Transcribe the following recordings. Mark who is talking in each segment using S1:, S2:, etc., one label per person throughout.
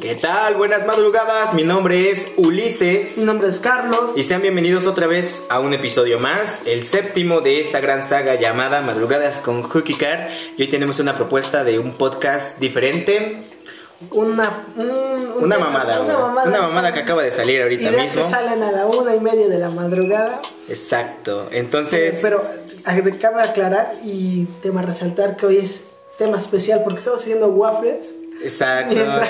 S1: ¿Qué tal? Buenas madrugadas, mi nombre es Ulises
S2: Mi nombre es Carlos.
S1: y sean bienvenidos otra vez a un episodio más, el séptimo de esta gran saga llamada Madrugadas con Hookie Car y hoy tenemos una propuesta de un podcast diferente,
S2: Una, un- un-
S1: una mamada,
S2: Una mamada.
S1: una mamada que acaba de salir ahorita
S2: Ideas
S1: mismo.
S2: que salen a la una y media de la madrugada.
S1: Exacto, entonces...
S2: Eh, Pero ag- cabe aclarar y tema resaltar que hoy es tema especial porque estamos haciendo waffles.
S1: Exacto.
S2: Mientras-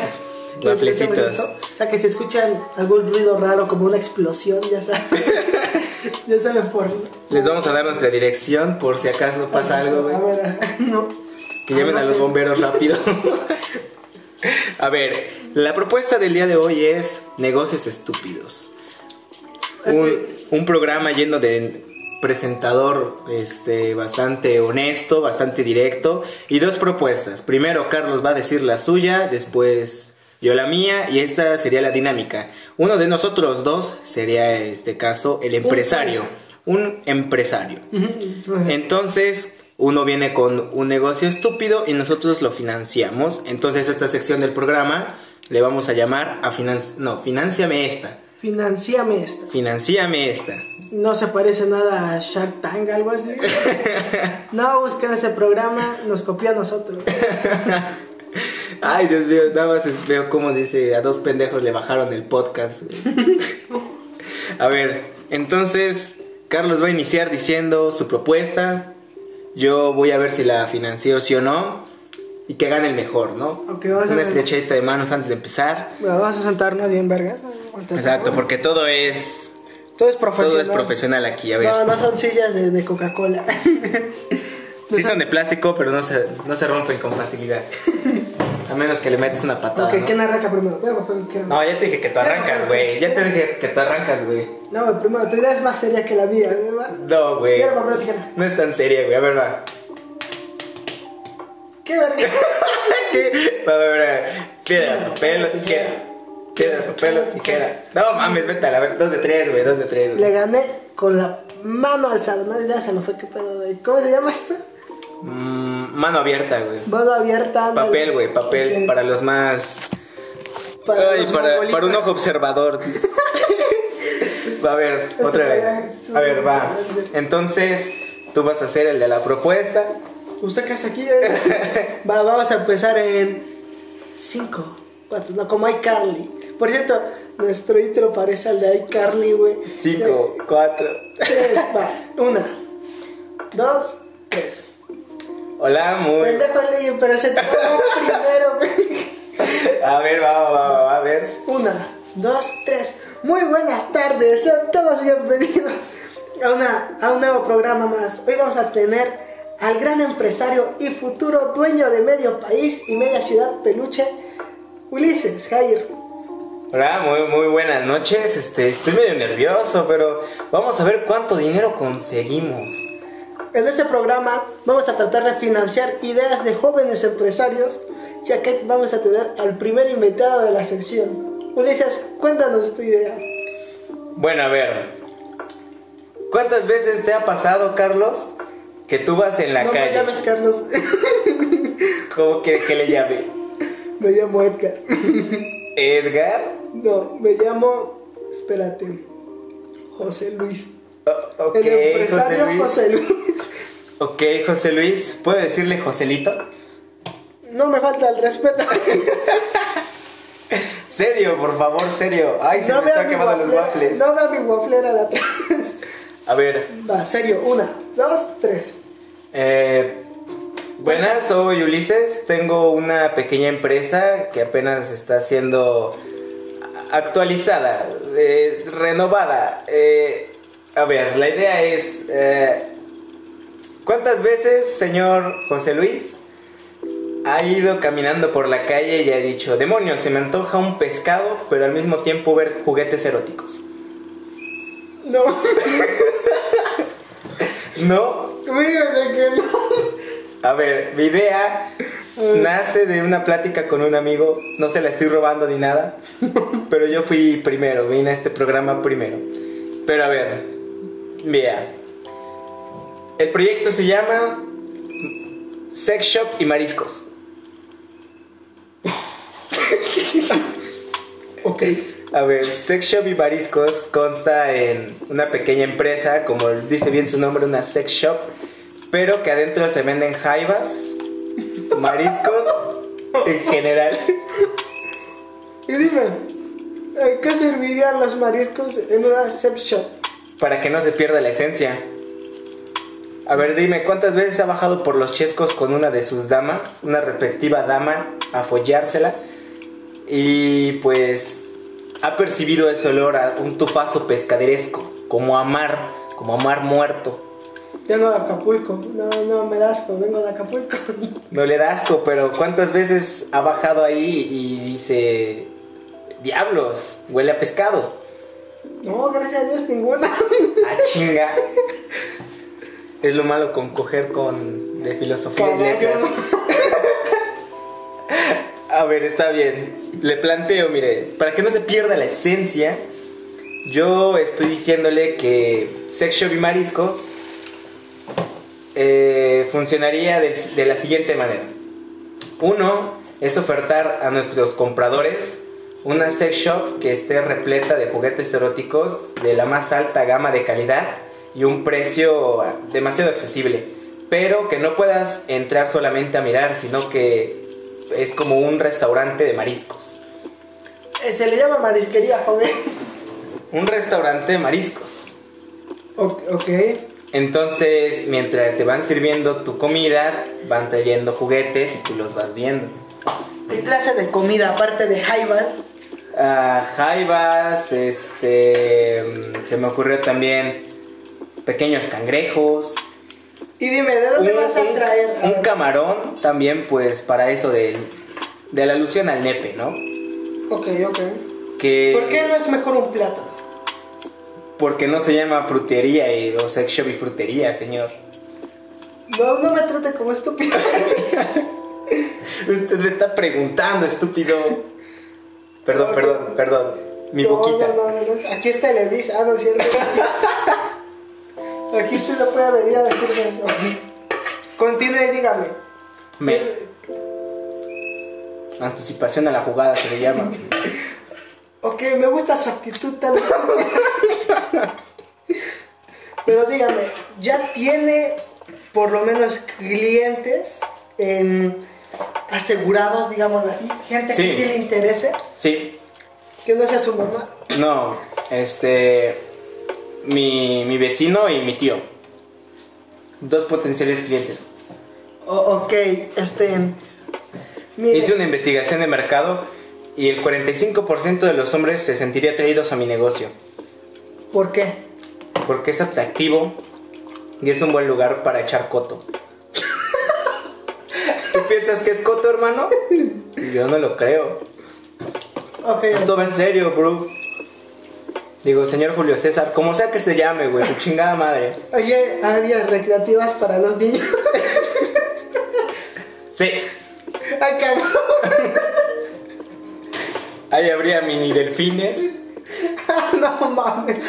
S2: mientras
S1: Waflecitos.
S2: hacemos esto. O sea que si escuchan algún ruido raro como una explosión, ya saben. ya saben por.
S1: Les vamos a dar nuestra dirección por si acaso pasa algo, güey.
S2: A ver, no.
S1: Que lleven a los bomberos rápido. a ver, la propuesta del día de hoy es negocios estúpidos. Un, un programa lleno de presentador este, bastante honesto, bastante directo. Y dos propuestas. Primero Carlos va a decir la suya, después yo la mía y esta sería la dinámica. Uno de nosotros dos sería, en este caso, el empresario. Un empresario. Entonces, uno viene con un negocio estúpido y nosotros lo financiamos. Entonces, esta sección del programa le vamos a llamar a financi... No, financiame esta.
S2: Financiame esta.
S1: Financiame esta.
S2: No se parece nada a Shark Tank, algo así. No busquen ese programa, nos copió a nosotros.
S1: Ay, Dios mío, nada más es- veo cómo dice, a dos pendejos le bajaron el podcast. güey. a ver, entonces, Carlos va a iniciar diciendo su propuesta. Yo voy a ver si la financio sí o no. Y que gane el mejor, ¿no?
S2: Ok, vamos a
S1: Una
S2: ver.
S1: estrecheta de manos antes de empezar.
S2: Bueno, vamos a sentarnos bien, vergas. Ahorita-
S1: Exacto, porque todo es
S2: Todo es profesional.
S1: todo es profesional Ah, aquí, a ver.
S2: No, no son sillas de, de Coca-Cola.
S1: sí son de plástico, pero no se, no se rompen con facilidad. A menos que le metes una patada.
S2: ok,
S1: ¿no? Ah.
S2: ¿quién arranca primero? Ve, papá, ¿quién
S1: No,
S2: arranca?
S1: ya te dije que tú arrancas, güey. Ya te dije que tú arrancas, güey.
S2: No, güey, primero, tu idea es más seria que la mía. ¿eh, va?
S1: No, güey.
S2: Quiero papel o tijera.
S1: No es tan seria, güey. A ver, va.
S2: ¿Qué verga?
S1: ¿Qué? Va, va, va. Piedra, papel o tijera. Piedra, papel o tijera. No mames, vete a la ver. Dos de tres, güey. Dos de tres,
S2: Le
S1: güey.
S2: gané con la mano alzada. No, ya se me fue, qué pedo, güey. ¿Cómo se llama esto?
S1: Mm, mano abierta, güey.
S2: Mano abierta. ándale.
S1: Papel, güey. Papel
S2: Ok,
S1: para los más. Ay,
S2: los
S1: para,
S2: mongolitas.
S1: para un ojo observador. va a ver,
S2: Esto
S1: otra
S2: para-
S1: vez. A ver, va. Entonces, tú vas a hacer el de la propuesta.
S2: ¿Usted qué hace aquí? eh? Va, vamos a empezar en 5, 4, no, como iCarly. Por cierto, nuestro intro parece al de iCarly, güey.
S1: 5, 4.
S2: 3, va. 1, 2, 3.
S1: Hola, muy.
S2: Pendejo el pero se tocó primero, güey.
S1: A ver, va, va, va, va, va, a ver.
S2: 1, 2, 3. Muy buenas tardes, sean todos bienvenidos a, una, a un nuevo programa más. Hoy vamos a tener al gran empresario y futuro dueño de medio país y media ciudad peluche, Ulises Jair.
S1: Hola, muy, muy buenas noches. Este, estoy medio nervioso, pero vamos a ver cuánto dinero conseguimos.
S2: En este programa vamos a tratar de financiar ideas de jóvenes empresarios, ya que vamos a tener al primer invitado de la sección. Ulises, cuéntanos tu idea.
S1: Bueno, a ver. ¿Cuántas veces te ha pasado, Carlos, que tú vas en la
S2: no me
S1: calle?
S2: llames Carlos,
S1: ¿Cómo quieres que le llame?
S2: me llamo Edgar.
S1: ¿Edgar?
S2: No, me llamo. Espérate. José Luis.
S1: O- ok,
S2: el empresario
S1: José Luis.
S2: José Luis.
S1: Ok, José Luis. ¿Puedo decirle Joselito?
S2: No me falta el respeto.
S1: Serio, por favor, serio. Ay, se me
S2: veo
S1: están quemando los waffles.
S2: No veo mi wafflera de atrás.
S1: A ver,
S2: Va, serio. Una, dos, tres.
S1: eh, buenas, soy Ulises. Tengo una pequeña empresa que apenas está siendo actualizada, eh, renovada. Eh, a ver, la idea es... eh, ¿Cuántas veces, señor José Luis, ha ido caminando por la calle y ha dicho, demonios, se me antoja un pescado, pero al mismo tiempo ver juguetes eróticos?
S2: No,
S1: No,
S2: fíjese que no.
S1: A ver, mi idea nace de una plática con un amigo. No se la estoy robando ni nada. Pero yo fui primero, vine a este programa primero. Pero a ver, vea. El proyecto se llama Sex Shop y Mariscos.
S2: Ok.
S1: A ver, Sex Shop y Mariscos consta en una pequeña empresa, como dice bien su nombre, una sex shop, pero que adentro se venden jaivas, mariscos en general.
S2: Y dime, ¿a qué servirían los mariscos en una sex shop?
S1: para que no se pierda la esencia. A ver, dime, ¿cuántas veces ha bajado por los chescos con una de sus damas, una respectiva dama, a follársela? Y pues ha percibido ese olor a un tufazo pescaderesco, como a mar, como a mar muerto.
S2: Vengo de Acapulco. No, no, me das asco, vengo de Acapulco.
S1: No le da asco, pero ¿cuántas veces ha bajado ahí y dice, diablos, huele a pescado?
S2: No, gracias a Dios, ninguna.
S1: Ah, chinga. Es lo malo con coger con de filosofía y
S2: Caballo.
S1: letras. A ver, está bien. Le planteo, mire, para que no se pierda la esencia, yo estoy diciéndole que Sex Shop y Mariscos eh, funcionaría de, de la siguiente manera. Uno es ofertar a nuestros compradores una sex shop que esté repleta de juguetes eróticos de la más alta gama de calidad y un precio demasiado accesible, pero que no puedas entrar solamente a mirar, sino que es como un restaurante de mariscos.
S2: Eh, Se le llama marisquería, joven.
S1: Un restaurante de mariscos.
S2: O- ok.
S1: Entonces, mientras te van sirviendo tu comida, van trayendo juguetes y tú los vas viendo.
S2: ¿Qué clase de comida, aparte de jaivas?
S1: Ah, jaivas, este. mm, Se me ocurrió también pequeños cangrejos.
S2: Y dime, ¿de dónde vas a traer?
S1: un camarón también, pues para eso del- de la alusión al nepe, ¿no?
S2: Ok, ok.
S1: Que,
S2: ¿Por qué no es mejor un plátano?
S1: Porque no se llama frutería y, o sex shop y frutería, señor.
S2: No, no me trate como estúpido.
S1: Usted me está preguntando, estúpido. Perdón,
S2: No,
S1: perdón, perdón. Mi
S2: No,
S1: boquita.
S2: No, no, no, no. Aquí es Televis. Ah, no es cierto. Aquí usted no puede venir a decirme eso. Continúe y dígame.
S1: Me- Anticipación a la jugada se le llama.
S2: Ok, me gusta su actitud tan estúpida. Pero dígame, ¿ya tiene por lo menos clientes en- asegurados, digámoslo así? Gente que
S1: Sí.
S2: sí le interese,
S1: Sí,
S2: que no sea su mamá.
S1: No, este. Mi, mi vecino y mi tío. Dos potenciales clientes.
S2: O- ok, este... mire.
S1: Hice una investigación de mercado y el 45% de los hombres se sentiría atraídos a mi negocio.
S2: ¿Por qué?
S1: Porque es atractivo y es un buen lugar para echar coto. ¿Tú piensas que es coto, hermano? Yo no lo creo.
S2: Ok,
S1: Esto va en serio, bro. Digo, señor Julio César, como sea que se llame, güey, su chingada madre.
S2: Oye, áreas recreativas para los niños.
S1: Sí,
S2: Ay, cagó.
S1: Ahí habría mini delfines.
S2: no mames.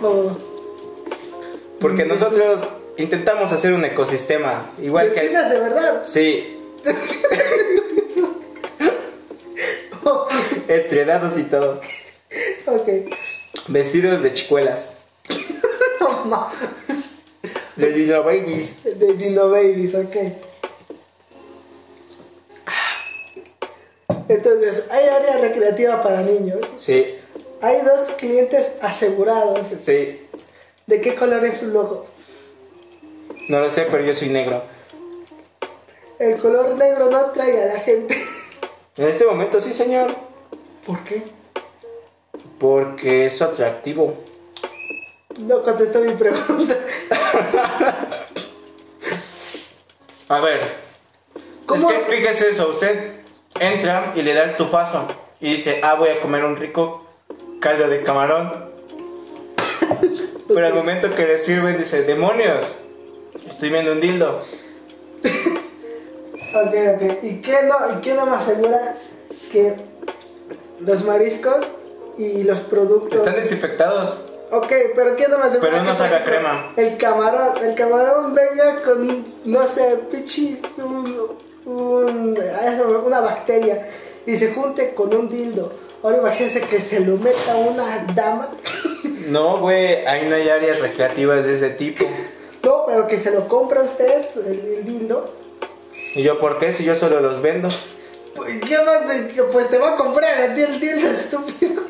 S2: Oh.
S1: Porque nosotros intentamos hacer un ecosistema. Igual que.
S2: Delfines de verdad.
S1: Sí. Entrenados y todo.
S2: Ok.
S1: Vestidos de chicuelas.
S2: No ma-
S1: De Dino Babies.
S2: De Dino Babies, ok. Entonces, hay área recreativa para niños.
S1: Sí,
S2: Hay dos clientes asegurados.
S1: sí.
S2: ¿De qué color es su logo?
S1: No lo sé, pero yo soy negro.
S2: El color negro no atrae a la gente.
S1: En este momento sí, señor.
S2: ¿Por qué?
S1: Porque es atractivo.
S2: No contestó mi pregunta.
S1: A ver.
S2: ¿Cómo
S1: es
S2: es?
S1: que fíjese eso, usted entra y le da el tufazo y dice, ah, voy a comer un rico caldo de camarón. Pero al momento que le sirven dice, demonios, estoy viendo un dildo.
S2: Ok, ok. ¿Y qué no, y qué no me asegura que los mariscos y los productos...
S1: Están desinfectados.
S2: Ok, pero ¿qué no me asegura?
S1: Pero no
S2: que,
S1: saca
S2: por ejemplo,
S1: crema.
S2: El camarón, el camarón venga con, no sé, pichis, un, un- eso, una bacteria y se junte con un dildo. Ahora imagínense que se lo meta una dama.
S1: No, güey, ahí no hay áreas recreativas de ese tipo.
S2: No, pero que se lo compra a ustedes, el lindo.
S1: ¿Y yo por qué? Si yo solo los vendo.
S2: Pues, ¿Qué más? de- que, Pues te va a comprar a ti el dildo estúpido.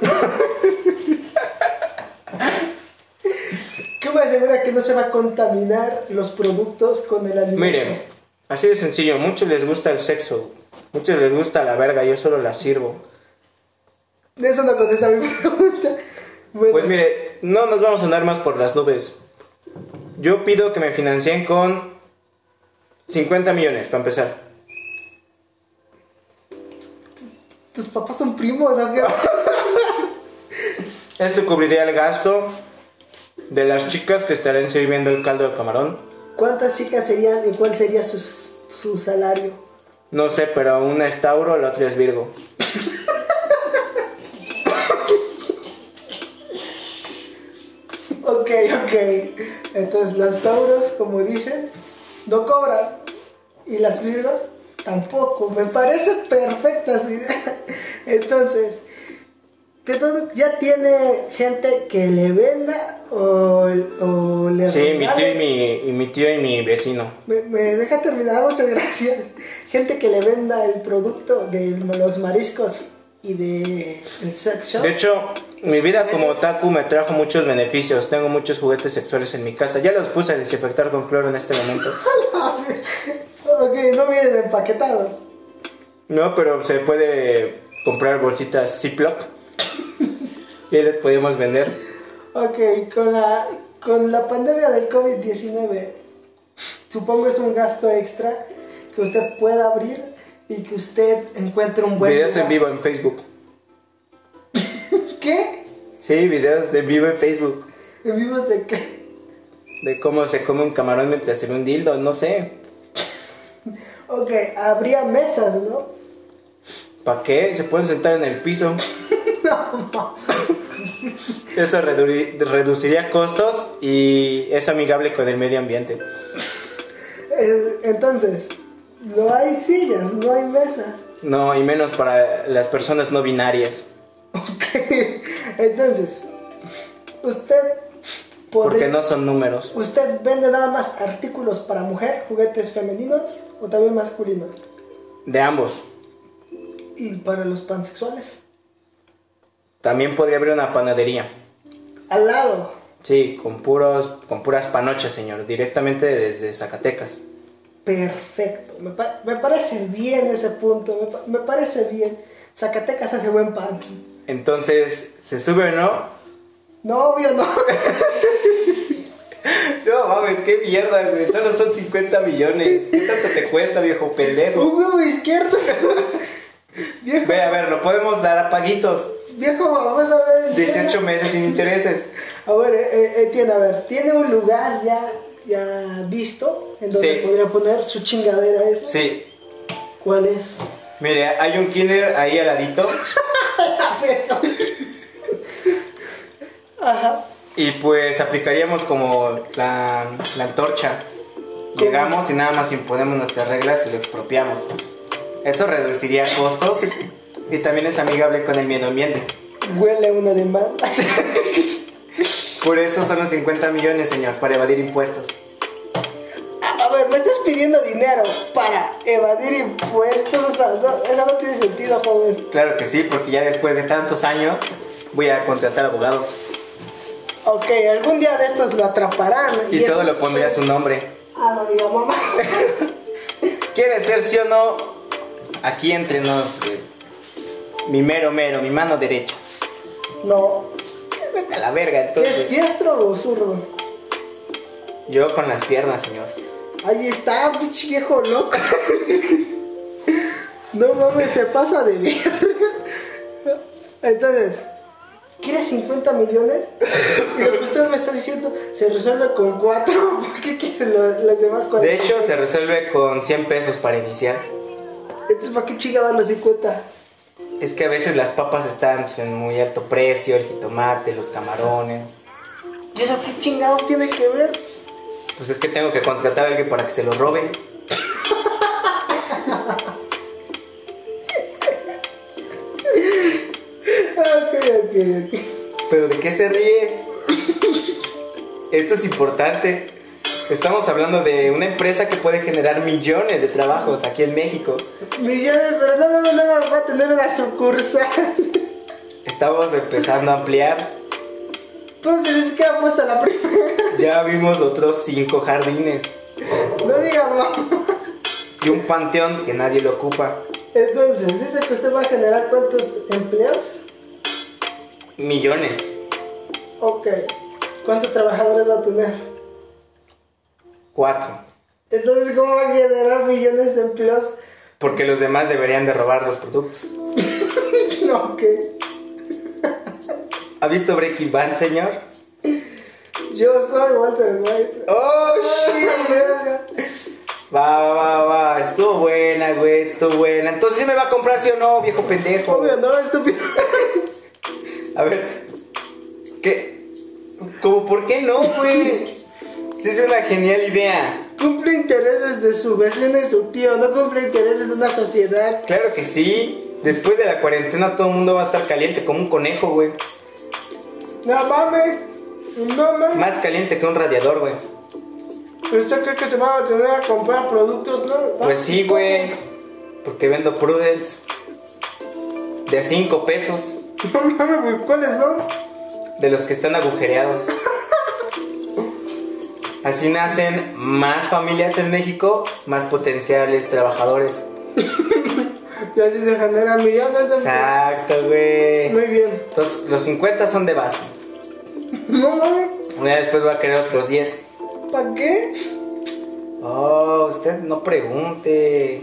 S2: ¿Qué me asegura que no se va a contaminar los productos con el alimento?
S1: Miren, así de sencillo, muchos les gusta el sexo, muchos les gusta la verga, yo solo la sirvo.
S2: De eso no contesta mi pregunta. Bueno,
S1: Pues mire, no nos vamos a andar más por las nubes. Yo pido que me financien con 50 millones, para empezar.
S2: tus papás son primos, ¿o qué?
S1: Esto cubriría el gasto de las chicas que estarán sirviendo el caldo de camarón.
S2: ¿Cuántas chicas serían y cuál sería su, su salario?
S1: No sé, pero una es Tauro, la otra es Virgo.
S2: Ok, ok. Entonces, los tauros, como dicen, no cobran. Y las virgos, tampoco. Me parece perfecta su idea. Entonces, ¿qué tal? ¿ya tiene gente que le venda o, o le
S1: Sí, mi tío
S2: regale?
S1: y mi, y mi tío y mi vecino.
S2: Me, me deja terminar, muchas gracias. Gente que le venda el producto de los mariscos y de el sex shop.
S1: De hecho, mi vida como otaku me trajo muchos beneficios. Tengo muchos juguetes sexuales en mi casa. Ya los puse a desinfectar con cloro en este momento.
S2: ok, no vienen empaquetados.
S1: No, pero se puede comprar bolsitas Ziploc. Y las podemos vender.
S2: Ok, con la, con la pandemia del COVID-19, supongo es un gasto extra que usted pueda abrir y que usted encuentre un buen.
S1: videos en
S2: lugar.
S1: vivo en Facebook.
S2: ¿Qué?
S1: Sí, videos de vivo en Facebook.
S2: ¿En vivos de qué?
S1: De cómo se come un camarón mientras se ve un dildo, no sé.
S2: Ok, habría mesas, ¿no?
S1: ¿Para qué? Se pueden sentar en el piso. Eso redu- reduciría costos y es amigable con el medio ambiente.
S2: Eh, Entonces, no hay sillas, no hay mesas.
S1: No, y menos para las personas no binarias.
S2: Entonces, usted
S1: Porque
S2: podría.
S1: no son números.
S2: ¿Usted vende nada más artículos para mujer, juguetes femeninos o también masculinos?
S1: De ambos.
S2: Y para los pansexuales.
S1: También podría haber una panadería.
S2: Al lado.
S1: Sí, con puros, con puras panochas, señor. Directamente desde Zacatecas.
S2: Perfecto. Me, pa- me parece bien ese punto. Me, pa- me parece bien. Zacatecas hace buen pan.
S1: Entonces, ¿se sube o no?
S2: No, obvio, no.
S1: No mames, qué mierda, güey. Solo son 50 millones. ¿Qué tanto te cuesta, viejo pendejo?
S2: Un huevo izquierdo. viejo,
S1: Ve, a ver, lo podemos dar a paguitos.
S2: viejo, vamos a ver. entiende.
S1: 18 meses sin intereses.
S2: A ver, eh, eh, entiende, a ver. Tiene un lugar ya, ya visto en donde
S1: Sí.
S2: podría poner su chingadera esa.
S1: Sí.
S2: ¿Cuál es?
S1: Mire, hay un kinder ahí al ladito.
S2: Ajá.
S1: Y pues aplicaríamos como la, la antorcha. Llegamos y nada más imponemos nuestras reglas y lo expropiamos. Eso reduciría costos y también es amigable con el medio ambiente.
S2: Huele una demanda.
S1: Por eso son los 50 millones, señor, para evadir impuestos.
S2: A a ver, me estás pidiendo dinero para evadir impuestos. O sea, no, eso no tiene sentido, joven.
S1: Claro que sí, porque ya después de tantos años voy a contratar abogados.
S2: Ok, algún día de estos lo atraparán.
S1: Y todo
S2: eso
S1: lo
S2: es-
S1: pondría a su nombre.
S2: Ah, no diga mamá.
S1: ¿Quieres ser sí o no? Aquí entre nos, güey. mi mero mero, mi mano derecha.
S2: No.
S1: Vete a la verga,
S2: ¿Es
S1: entonces.
S2: diestro o zurdo?
S1: Yo con las piernas, señor.
S2: Ahí está, pinche viejo loco. No mames, se pasa de verga. Entonces, ¿quieres 50 millones? Y lo que usted me está diciendo se resuelve con 4. ¿Por qué quieren lo- las demás 4?
S1: De hecho, se resuelve con 100 pesos para iniciar.
S2: Entonces, ¿para qué chingados los 50?
S1: Es que a veces las papas están pues, en muy alto precio, el jitomate, los camarones.
S2: ¿Y eso qué chingados tiene que ver?
S1: Pues es que tengo que contratar a alguien para que se los roben.
S2: ríe.
S1: ¿Pero de qué se ríe? Esto es importante. Estamos hablando de una empresa que puede generar millones de trabajos aquí en México.
S2: Millones, pero no me no, va a tener una sucursal.
S1: Estamos empezando a ampliar.
S2: Pero si ni siquiera puesta la primera.
S1: Ya vimos otros cinco jardines
S2: No digamos.
S1: y un panteón que nadie lo ocupa.
S2: Entonces, dice que usted va a generar cuántos empleos.
S1: Millones.
S2: Ok. ¿Cuántos trabajadores va a tener?
S1: Cuatro.
S2: Entonces, ¿cómo va a generar millones de empleos?
S1: Porque los demás deberían de robar los productos.
S2: No, que
S1: ¿Ha visto Breaking Bad, señor?
S2: yo soy Walter White.
S1: ¡Oh, shit!
S2: ¡Ah, verga!
S1: Va, va, va. Estuvo buena, güey. Estuvo buena. Entonces, ¿sí me va a comprar, sí o no, viejo pendejo?
S2: Obvio, no, estúpido.
S1: A ver. ¿Qué? Como, ¿por qué no, güey? Sí, es una genial idea.
S2: Cumple intereses de su vecino y su tío, no cumple intereses de una sociedad.
S1: Claro que sí. Después de la cuarentena, todo el mundo va a estar caliente como un conejo, güey.
S2: No mames, no mames.
S1: Más caliente que un radiador, güey.
S2: ¿Usted cree que se va a tener a comprar productos, no?
S1: Pues sí, güey. Porque vendo Prudence. De 5 pesos.
S2: No mames, güey, ¿cuáles son?
S1: De los que están agujereados. Así nacen más familias en México, más potenciales trabajadores.
S2: Y así se generan millones de empleos.
S1: Exacto, güey.
S2: Muy bien.
S1: Entonces, los 50 son de base.
S2: No mames,
S1: Ya después va a querer otros 10.
S2: ¿para qué?
S1: Oh, usted no pregunte.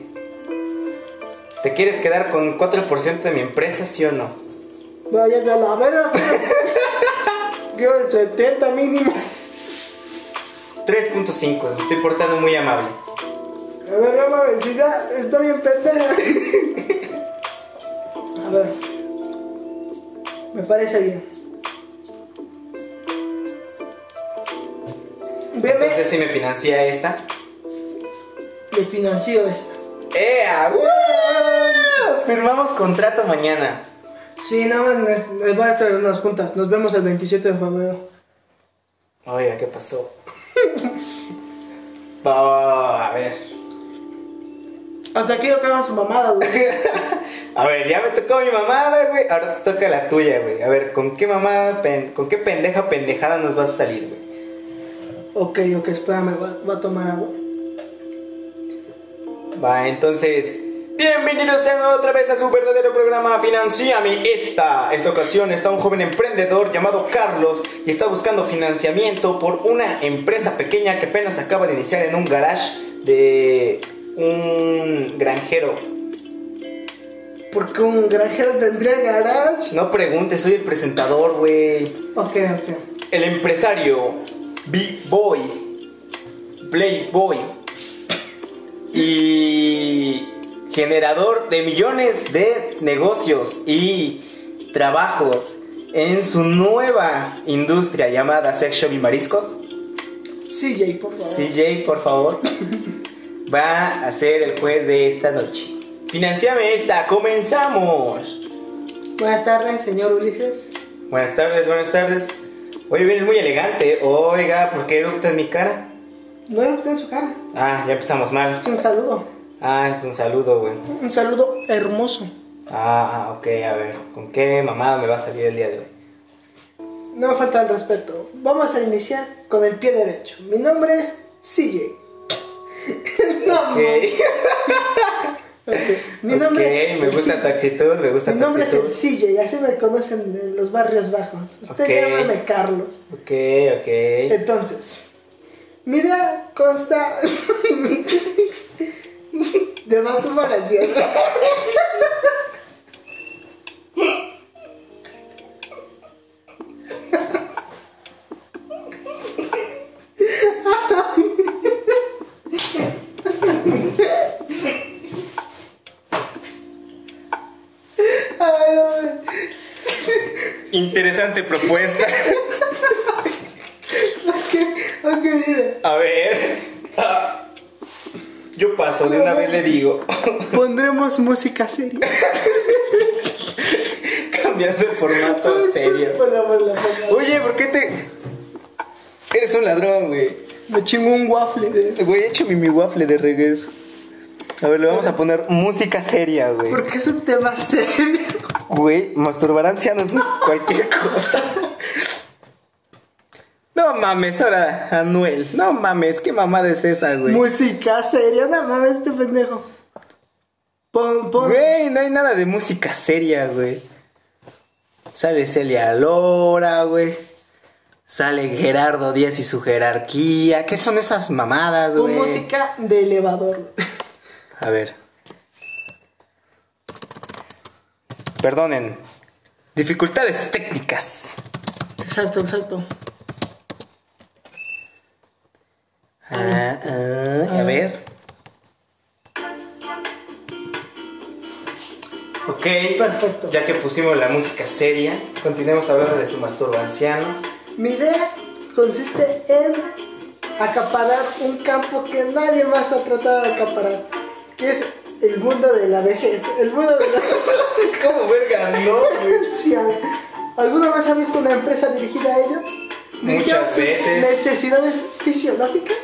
S1: ¿Te quieres quedar con 4% de mi empresa, sí o no?
S2: Vaya de la verga. Quiero el 70 mínimo.
S1: 3.5, me estoy portando muy amable.
S2: A ver, no mames, si ya está bien pendeja. A ver. Me parece bien. Veme,
S1: Entonces, si me financia esta.
S2: le financio esto.
S1: ¡Ea! ¡Woo! Firmamos contrato mañana.
S2: Sí, nada más les, les voy a traer unas juntas. Nos vemos el 27 de febrero.
S1: Oiga, ¿qué pasó? Va, va, va, a ver.
S2: Hasta aquí yo que hagan su mamada, güey.
S1: A ver, ya me tocó mi mamada, güey. Ahora te toca la tuya, güey. A ver, ¿con qué mamada, pen- con qué pendeja pendejada nos vas a salir, güey?
S2: ok, ok, espérame, voy a, voy a tomar agua.
S1: Va, entonces. Bienvenidos sean otra vez a su verdadero programa Financiame Esta. Esta ocasión está un joven emprendedor llamado Carlos y está buscando financiamiento por una empresa pequeña que apenas acaba de iniciar en un garage de un granjero.
S2: ¿Por qué un granjero tendría garage?
S1: No preguntes, soy el presentador, güey.
S2: Ok, ok.
S1: El empresario B-Boy, Playboy y generador de millones de negocios y trabajos en su nueva industria llamada Sex Shop y Mariscos.
S2: Sí, Jay, por favor.
S1: CJ, por favor, va a ser el juez de esta noche. Financiame esta, comenzamos.
S2: Buenas tardes, señor Ulises.
S1: Buenas tardes, buenas tardes. Hoy vienes muy elegante. Oiga, ¿por qué eructas mi cara?
S2: No era usted en su cara.
S1: Ah, ya empezamos mal.
S2: Un saludo.
S1: Ah, es un saludo, güey.
S2: Un saludo hermoso.
S1: Ah, ah, ok, a ver. ¿Con qué mamada me va a salir el día de hoy?
S2: No me falta el respeto. Vamos a iniciar con el pie derecho. Mi nombre es CJ. no,
S1: Ok,
S2: ok. Mi nombre
S1: ok,
S2: es
S1: me
S2: el
S1: gusta tu
S2: CJ.
S1: actitud, me gusta
S2: Mi
S1: tu
S2: nombre es
S1: actitud.
S2: el CJ, así me conocen en los barrios bajos. Usted
S1: Ok.
S2: llámame Carlos.
S1: Ok, ok.
S2: Entonces, mi idea consta de masturbación. Ay, no,
S1: Interesante propuesta.
S2: ok, ok, mire.
S1: A ver. Ah. Yo paso, de una vez le digo.
S2: Pondremos música seria.
S1: cambiando de formato a serio.
S2: Ponla, ponla, ponla.
S1: Oye, ¿por qué te.? Eres un ladrón, güey.
S2: Me chingo un waffle de...
S1: Güey, échame mi waffle de regreso. A ver, le vamos a poner música seria, güey.
S2: ¿Por qué es un tema serio?
S1: Güey, masturbar ancianos no es cualquier cosa. No mames, ahora Anuel. No mames, qué mamada es esa, güey.
S2: Música seria, no mames este pendejo. Pon, pon.
S1: Güey, no hay nada de música seria, güey. Sale Celia Lora, güey. Sale Gerardo Díaz y su jerarquía. ¿Qué son esas mamadas,
S2: Pon
S1: güey?
S2: música de elevador.
S1: A ver. Perdonen. Dificultades técnicas.
S2: Exacto, exacto.
S1: Ah, ah, a ver. Ok,
S2: Perfecto.
S1: Ya que pusimos la música seria, continuemos hablando de su masturbo ancianos.
S2: Mi idea consiste en acaparar un campo que nadie más ha tratado de acaparar, que es el mundo de la vejez. El mundo de la
S1: ¿Cómo verga? No, güey.
S2: Sí, a- ¿Alguna vez has visto una empresa dirigida a ello? Dirigida
S1: Muchas
S2: a sus
S1: veces.
S2: Necesidades fisiológicas,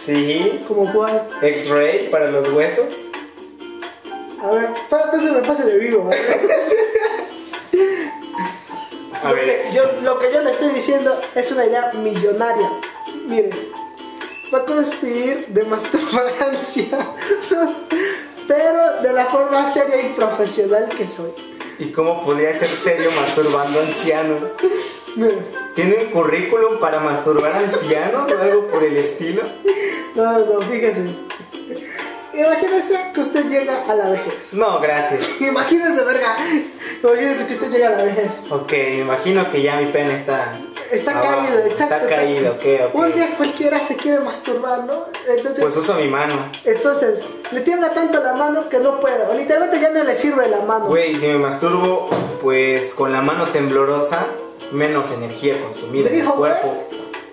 S1: Sí.
S2: como cuál.
S1: X-ray para los huesos.
S2: A ver, para que se me pase de vivo. ¿vale?
S1: A ver.
S2: Porque yo- lo que yo le estoy diciendo es una idea millonaria. Miren, va a consistir de masturbarancia, pero de la forma seria y profesional que soy.
S1: ¿Y cómo podría ser serio masturbando ancianos?
S2: Miren,
S1: ¿Tiene un currículum para masturbar ancianos o algo por el estilo?
S2: no, no, fíjense. Imagínense que usted llega a la vejez.
S1: No, gracias.
S2: Imagínense, verga. Imagínense que usted llega a la vejez.
S1: Ok, me imagino que ya mi pene está.
S2: Está
S1: abajo.
S2: caído, exacto.
S1: Ah, Está caído, ok,
S2: exacto.
S1: ok.
S2: Un día cualquiera se quiere masturbar, ¿no? Entonces,
S1: Pues uso mi mano.
S2: entonces le tiembla tanto la mano que no puede. O literalmente ya no le sirve la mano.
S1: Güey, si me masturbo, pues con la mano temblorosa, menos energía consumida
S2: ¿Te
S1: en el
S2: dijo,
S1: cuerpo.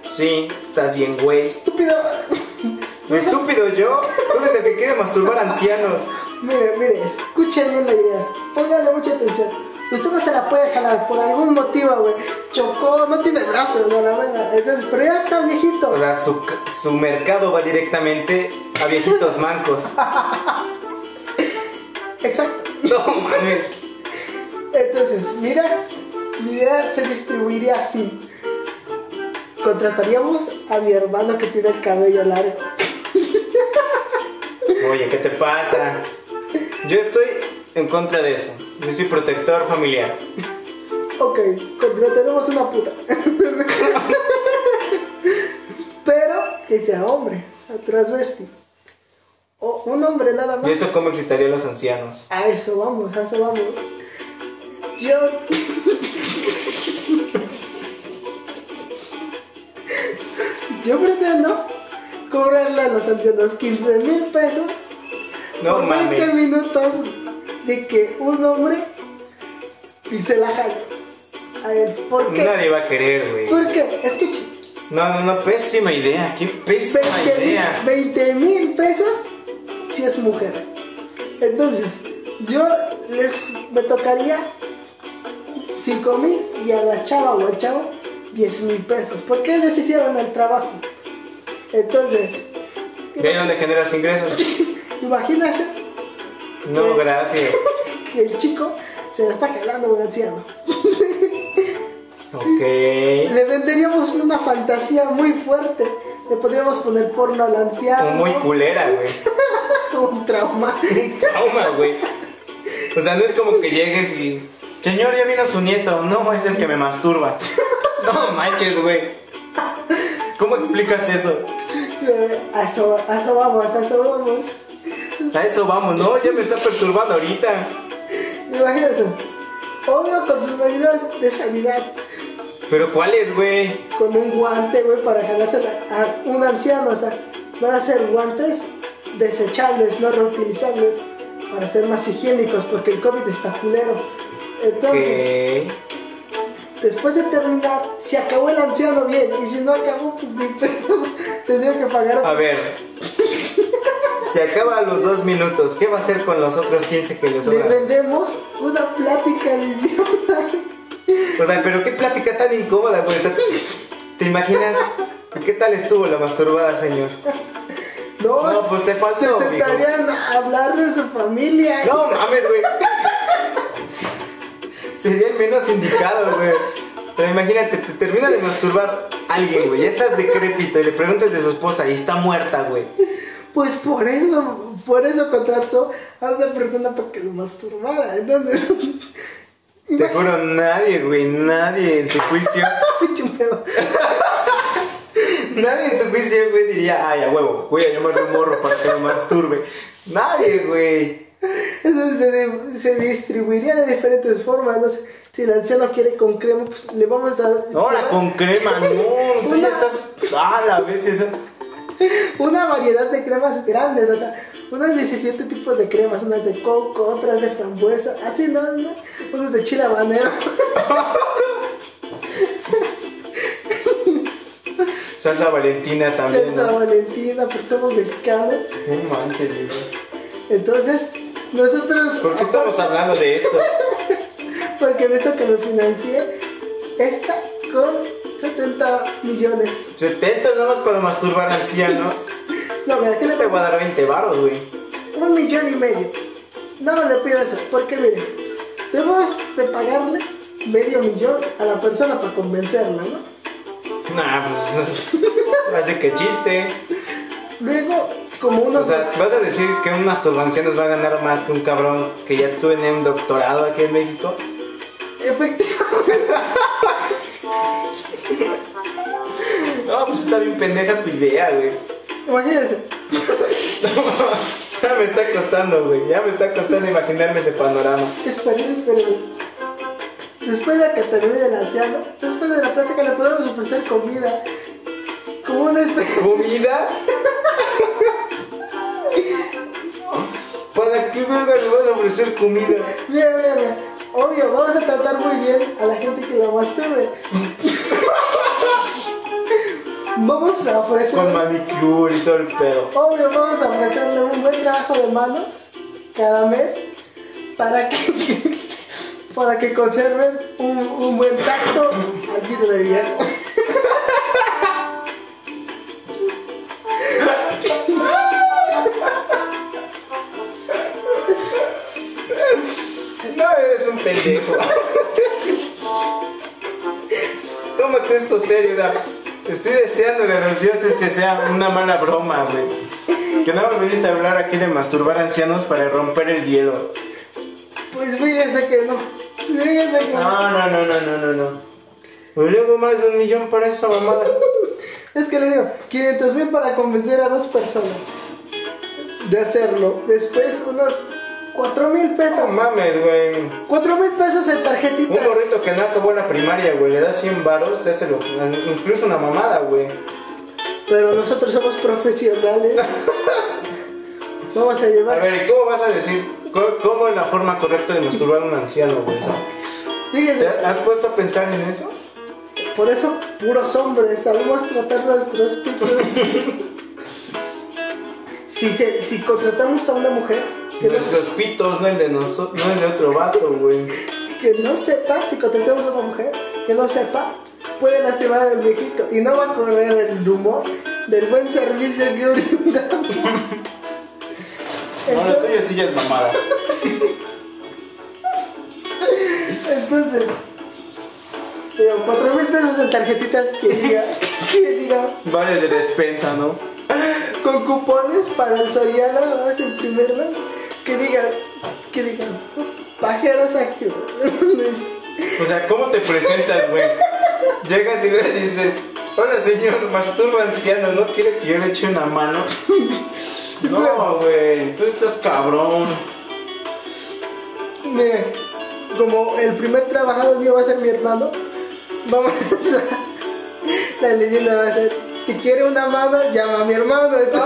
S1: Sí, estás bien, güey.
S2: Estúpido.
S1: Estúpido yo, tú eres el que quiere masturbar ancianos.
S2: mire, mire, escuchen bien la idea. Pónganle mucha atención. Usted no se la puede jalar por algún motivo, güey. Chocó, no tiene brazos, no, la verdad. Entonces, pero ya está viejito.
S1: O sea, su, su mercado va directamente a viejitos mancos.
S2: Exacto.
S1: No mames.
S2: Entonces, mira, mi idea se distribuiría así. Contrataríamos a mi hermano que tiene el cabello largo.
S1: Oye, ¿qué te pasa? Yo estoy en contra de eso. Yo soy protector familiar.
S2: Ok, contrataremos una puta. Pero que sea hombre, transvesti. O un hombre nada más.
S1: ¿Y eso cómo excitaría a los ancianos?
S2: A eso vamos, a eso vamos. Yo. Yo pretendo cobrarle a los ancianos 15 mil pesos
S1: No
S2: por 20
S1: mames.
S2: minutos de que un hombre pise la jale. A ver, ¿por qué?
S1: Nadie va a querer, güey.
S2: ¿Por qué? Escuche.
S1: No, no, no, pésima idea. Qué pésima
S2: 20 mil-
S1: idea.
S2: 20 mil pesos si es mujer. Entonces, yo les me tocaría 5 mil y a la chava o al chavo 10 mil pesos. Porque ellos hicieron el trabajo. Entonces,
S1: ¿De ahí donde generas ingresos?
S2: imagínense
S1: No, gracias.
S2: que el chico se la está calando a un anciano.
S1: Ok.
S2: Le venderíamos una fantasía muy fuerte. Le podríamos poner porno al anciano.
S1: Muy culera, güey.
S2: Un trauma.
S1: Trauma, güey. O sea, no es como que llegues y. Señor, ya vino su nieto. No, es el que me masturba. No manches, güey. ¿Cómo explicas eso?
S2: A eso, a eso vamos, a eso vamos.
S1: A eso vamos, no, ya me está perturbando ahorita.
S2: Imagínate. Obvio con sus medidas de sanidad.
S1: Pero ¿cuál es, güey?
S2: Con un guante, güey, para jalarse a un anciano. O sea, van a ser guantes desechables, no reutilizables. Para ser más higiénicos, porque el COVID está culero. Entonces,
S1: Que.
S2: después de terminar, si acabó el anciano bien, y si no acabó, pues ni pedo. Tendría que pagar
S1: A
S2: otro.
S1: ver. Se acaba a los dos minutos. ¿Qué va a hacer con los otros 15 que le
S2: Le
S1: sobran?
S2: vendemos una plática de idioma.
S1: O sea, pero qué plática tan incómoda, pues. ¿Te imaginas? ¿Qué tal estuvo la masturbada, señor?
S2: No,
S1: No, pues te faltó,
S2: Se
S1: amigo.
S2: sentarían a hablar de su familia.
S1: No mames, güey. Sería el menos indicado, güey. Pero imagínate, te termina de masturbar alguien, güey. Ya estás decrépito y le preguntas de su esposa y está muerta, güey.
S2: Pues por eso, por eso contrató a una persona para que lo masturbara. Entonces,
S1: Te juro, nadie, güey, nadie en su juicio,
S2: pinche pedo.
S1: nadie en su juicio, güey, diría, ay, a huevo, voy a llamarle un morro para que lo masturbe. Nadie, güey.
S2: Entonces se, di- se distribuiría de diferentes formas. No sé, si el anciano quiere con crema, pues le vamos a.
S1: Ahora con crema, no, tú ya estás, ah, la bestia, eso.
S2: Una variedad de cremas grandes, o sea, unas 17 tipos de cremas, unas de coco, otras de frambuesa, así no, no, unas de chile habanero.
S1: Salsa Valentina también,
S2: Salsa
S1: ¿no?
S2: Valentina, porque somos mexicanos.
S1: No manches, güey.
S2: Entonces, nosotros.
S1: ¿Por qué estamos hablando de esto?
S2: Porque de esto que me financié, esta con 70 millones.
S1: 70 nada más para masturbar ancianos.
S2: No, mira, ¿qué le
S1: Yo te voy a dar 20 varos, güey.
S2: Un millón y medio. No me le pido eso, porque mire, debemos de pagarle medio millón a la persona para convencerla, ¿no?
S1: Nah, pues. Hace que chiste.
S2: Luego, como
S1: O
S2: unos...
S1: sea, ¿vas a decir que un masturbanciano va a ganar más que un cabrón que ya tiene un doctorado aquí en México?
S2: Efectivamente,
S1: No, pues está bien pendeja tu idea, güey.
S2: imagínense.
S1: Ya me está costando, güey. Ya me está costando imaginarme ese panorama.
S2: Esperen, esperen. Después de que termine el anciano, después de la plática le podemos ofrecer comida. Como una especie...
S1: ¿Comida? ¿Para qué verga le van a ofrecer comida?
S2: Mira, mira, mira. Obvio, vamos a tratar muy bien a la gente que la masturbe. vamos a
S1: Con
S2: ofrecerle.
S1: manicure y todo el pedo.
S2: Obvio, vamos a ofrecerle un buen trabajo de manos cada mes para que. para que conserven un, un buen tacto al pito de viejo.
S1: No, eres un pendejo. Tómate esto serio, da. Estoy deseándole a los dioses que sea una mala broma, güey. Que nada más viniste a hablar aquí de masturbar ancianos para romper el hielo.
S2: Pues fíjense que no. Fíjense que no.
S1: No, no, no, no, no, no, no. Me luego más de un millón para esa mamada.
S2: Es que le digo, 500 mil para convencer a dos personas de hacerlo. Después unos 4 mil
S1: No
S2: pesos.
S1: mames, güey.
S2: 4 mil pesos en
S1: Un
S2: tarjetitas.
S1: morrito que no acabó la primaria, güey. Le das 100 varos, te hace lo... Incluso una mamada, güey.
S2: Pero nosotros somos profesionales. Vamos a
S1: A
S2: llevar.
S1: ver, ¿y ¿cómo vas a decir? ¿Cómo, cómo es la forma correcta de masturbar a un anciano, güey? O sea, ¿Te
S2: Fíjense,
S1: has puesto a pensar en eso?
S2: por eso puros hombres sabemos tratar nuestros pitos. si, se- si contratamos a una mujer que no,
S1: Nuestros pitos, no el de nosotros, no el de otro vato, güey.
S2: que no sepa, si contratamos a una mujer que no sepa, puede lastimar al viejito y no va a correr el rumor del buen servicio que brindamos.
S1: No, la tuya sí ya es mamada.
S2: Entonces, digo, 4 mil pesos en tarjetitas que diga, que diga,
S1: Vale de despensa, ¿no?
S2: con cupones para el Soriana, vamos a imprimirlo, que digan, que digan, pajeros activos.
S1: O sea, ¿cómo te presentas, güey? Llegas y le dices, hola señor, masturba anciano, ¿no quiere que yo le eche una mano? No, güey, tú estás cabrón.
S2: Mire, como el primer trabajador mío va a ser mi hermano, vamos a, la leyenda va a ser, si quiere una mano, llama a mi hermano. Entonces,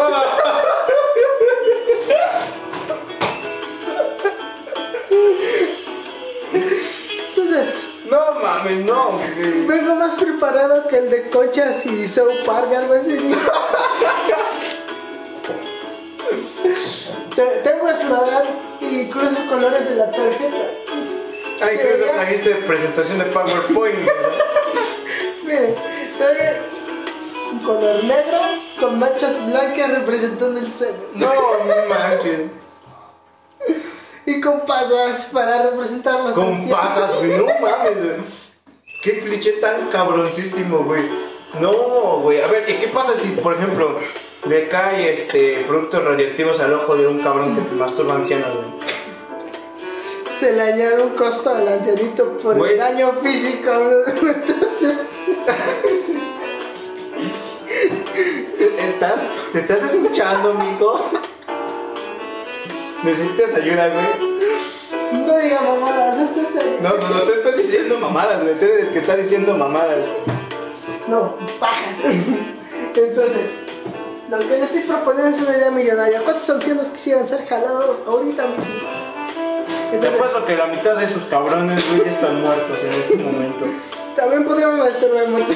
S2: entonces,
S1: No mames, no, güey.
S2: Vengo más preparado que el de Cochas y South Park, algo así. Te- Tengo eslogan y cruzo colores de la tarjeta.
S1: Ah, incluso trajiste presentación de PowerPoint.
S2: Miren, trae un color negro con manchas blancas representando el seno.
S1: No, no manches.
S2: Y con pasas para representar los
S1: Con
S2: ancianos.
S1: pasas, güey. No mames, güey. Qué cliché tan cabroncísimo, güey. No, güey. A ver, ¿y qué pasa si, por ejemplo, le cae este productos radioactivos al ojo de un cabrón que masturba anciano, güey?
S2: Se le añade un costo al ancianito por
S1: Güey.
S2: el daño físico.
S1: ¿Estás, ¿Te estás escuchando, mijo? ¿Necesitas ayuda, güey?
S2: no diga mamadas, esto es serio.
S1: No, no, no, tú estás diciendo mamadas, güey. Tú eres el que está diciendo mamadas.
S2: No, pajas. Entonces, lo que le estoy proponiendo es una idea millonaria. ¿Cuántos ancianos quisieran ser jalados ahorita mismo?
S1: Te
S2: Entonces,
S1: apuesto que la mitad de esos cabrones, güey, ya están muertos en este momento.
S2: también podríamos masturbar muertos.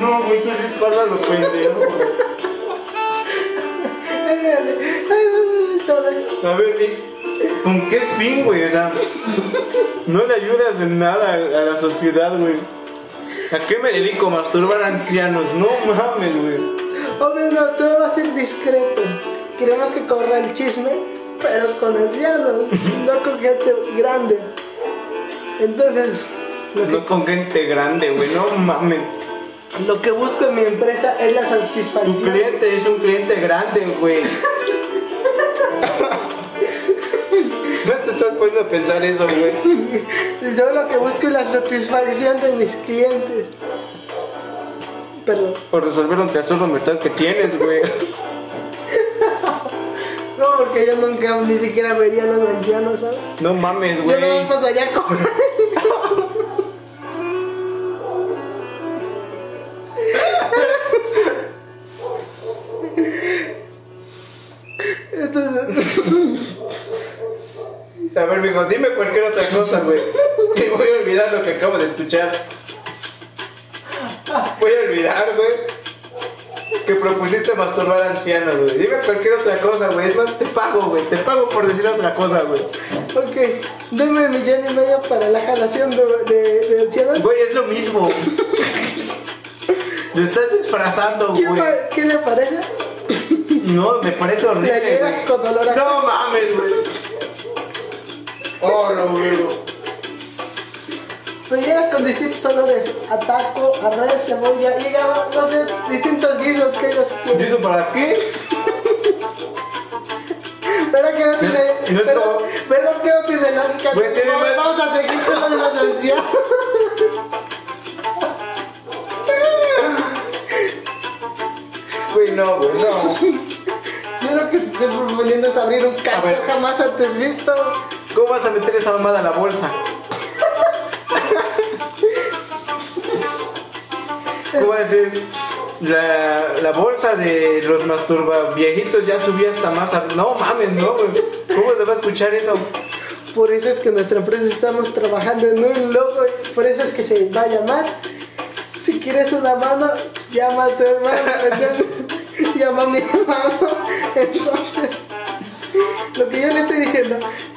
S1: No, güey, tú sí pasas lo pendejo, güey.
S2: Ay, mírale. Ay, me hace dólares.
S1: A ver, ¿y ¿con qué fin, güey? O sea, no le ayudas en nada a a la sociedad, güey. ¿A qué me dedico? Masturbar ancianos. No mames, güey.
S2: Hombre, no, todo va a ser discreto. Queremos que corra el chisme, pero con ancianos, no con gente grande. Entonces, lo que,
S1: No con gente grande, güey. No mames.
S2: lo que busco en mi empresa es la satisfacción.
S1: Tu cliente es un cliente grande, güey. No te estás poniendo a pensar eso, güey.
S2: Yo lo que busco es la satisfacción de mis clientes. Perdón.
S1: Por resolver un tesoro mental que tienes, güey.
S2: No, porque yo nunca ni siquiera vería a los ancianos, ¿sabes?
S1: No mames,
S2: Yo no
S1: güey.
S2: me pasaría con... Entonces,
S1: A ver, mijo, dime cualquier otra cosa, güey. Que voy a olvidar lo que acabo de escuchar. Voy a olvidar, güey. Que propusiste masturbar a ancianos, güey. Dime cualquier otra cosa, güey. Es más, te pago, güey. Te pago por decir otra cosa, güey.
S2: ok, denme un millón y medio para la jalación de, de, de ancianos.
S1: Güey, es lo mismo. Lo estás disfrazando,
S2: ¿Qué,
S1: güey.
S2: pa- ¿Qué le parece?
S1: No, me parece horrible.
S2: Playeras
S1: güey.
S2: con olor a-
S1: No mames, güey. Oh, no, güey.
S2: Playeras con distintos olores, a taco, a res, cebolla, hígado, no sé, distintos guisos que ellos
S1: ¿Y
S2: quieren.
S1: eso para qué?
S2: Pero que no tiene.
S1: Y no es
S2: pero-
S1: como-
S2: pero que no tiene lógica.
S1: Güey, tiene
S2: Vamos-
S1: más-
S2: Vamos a seguir con la ancianos.
S1: Güey, no, güey, no.
S2: Yo lo que te estoy proponiendo es abrir un carro
S1: ver.
S2: jamás antes visto.
S1: ¿Cómo vas a meter esa mamada a la bolsa? ¿Cómo vas a decir? La, la bolsa de los masturba viejitos ya subía hasta más ar- No mames, no, güey. ¿Cómo se va a escuchar eso?
S2: Por eso es que nuestra empresa estamos trabajando en un logo. y Por eso es que se va a llamar. Si quieres una mano, llama a tu hermano. entonces, llama a mi hermano. Entonces, lo que yo le estoy diciendo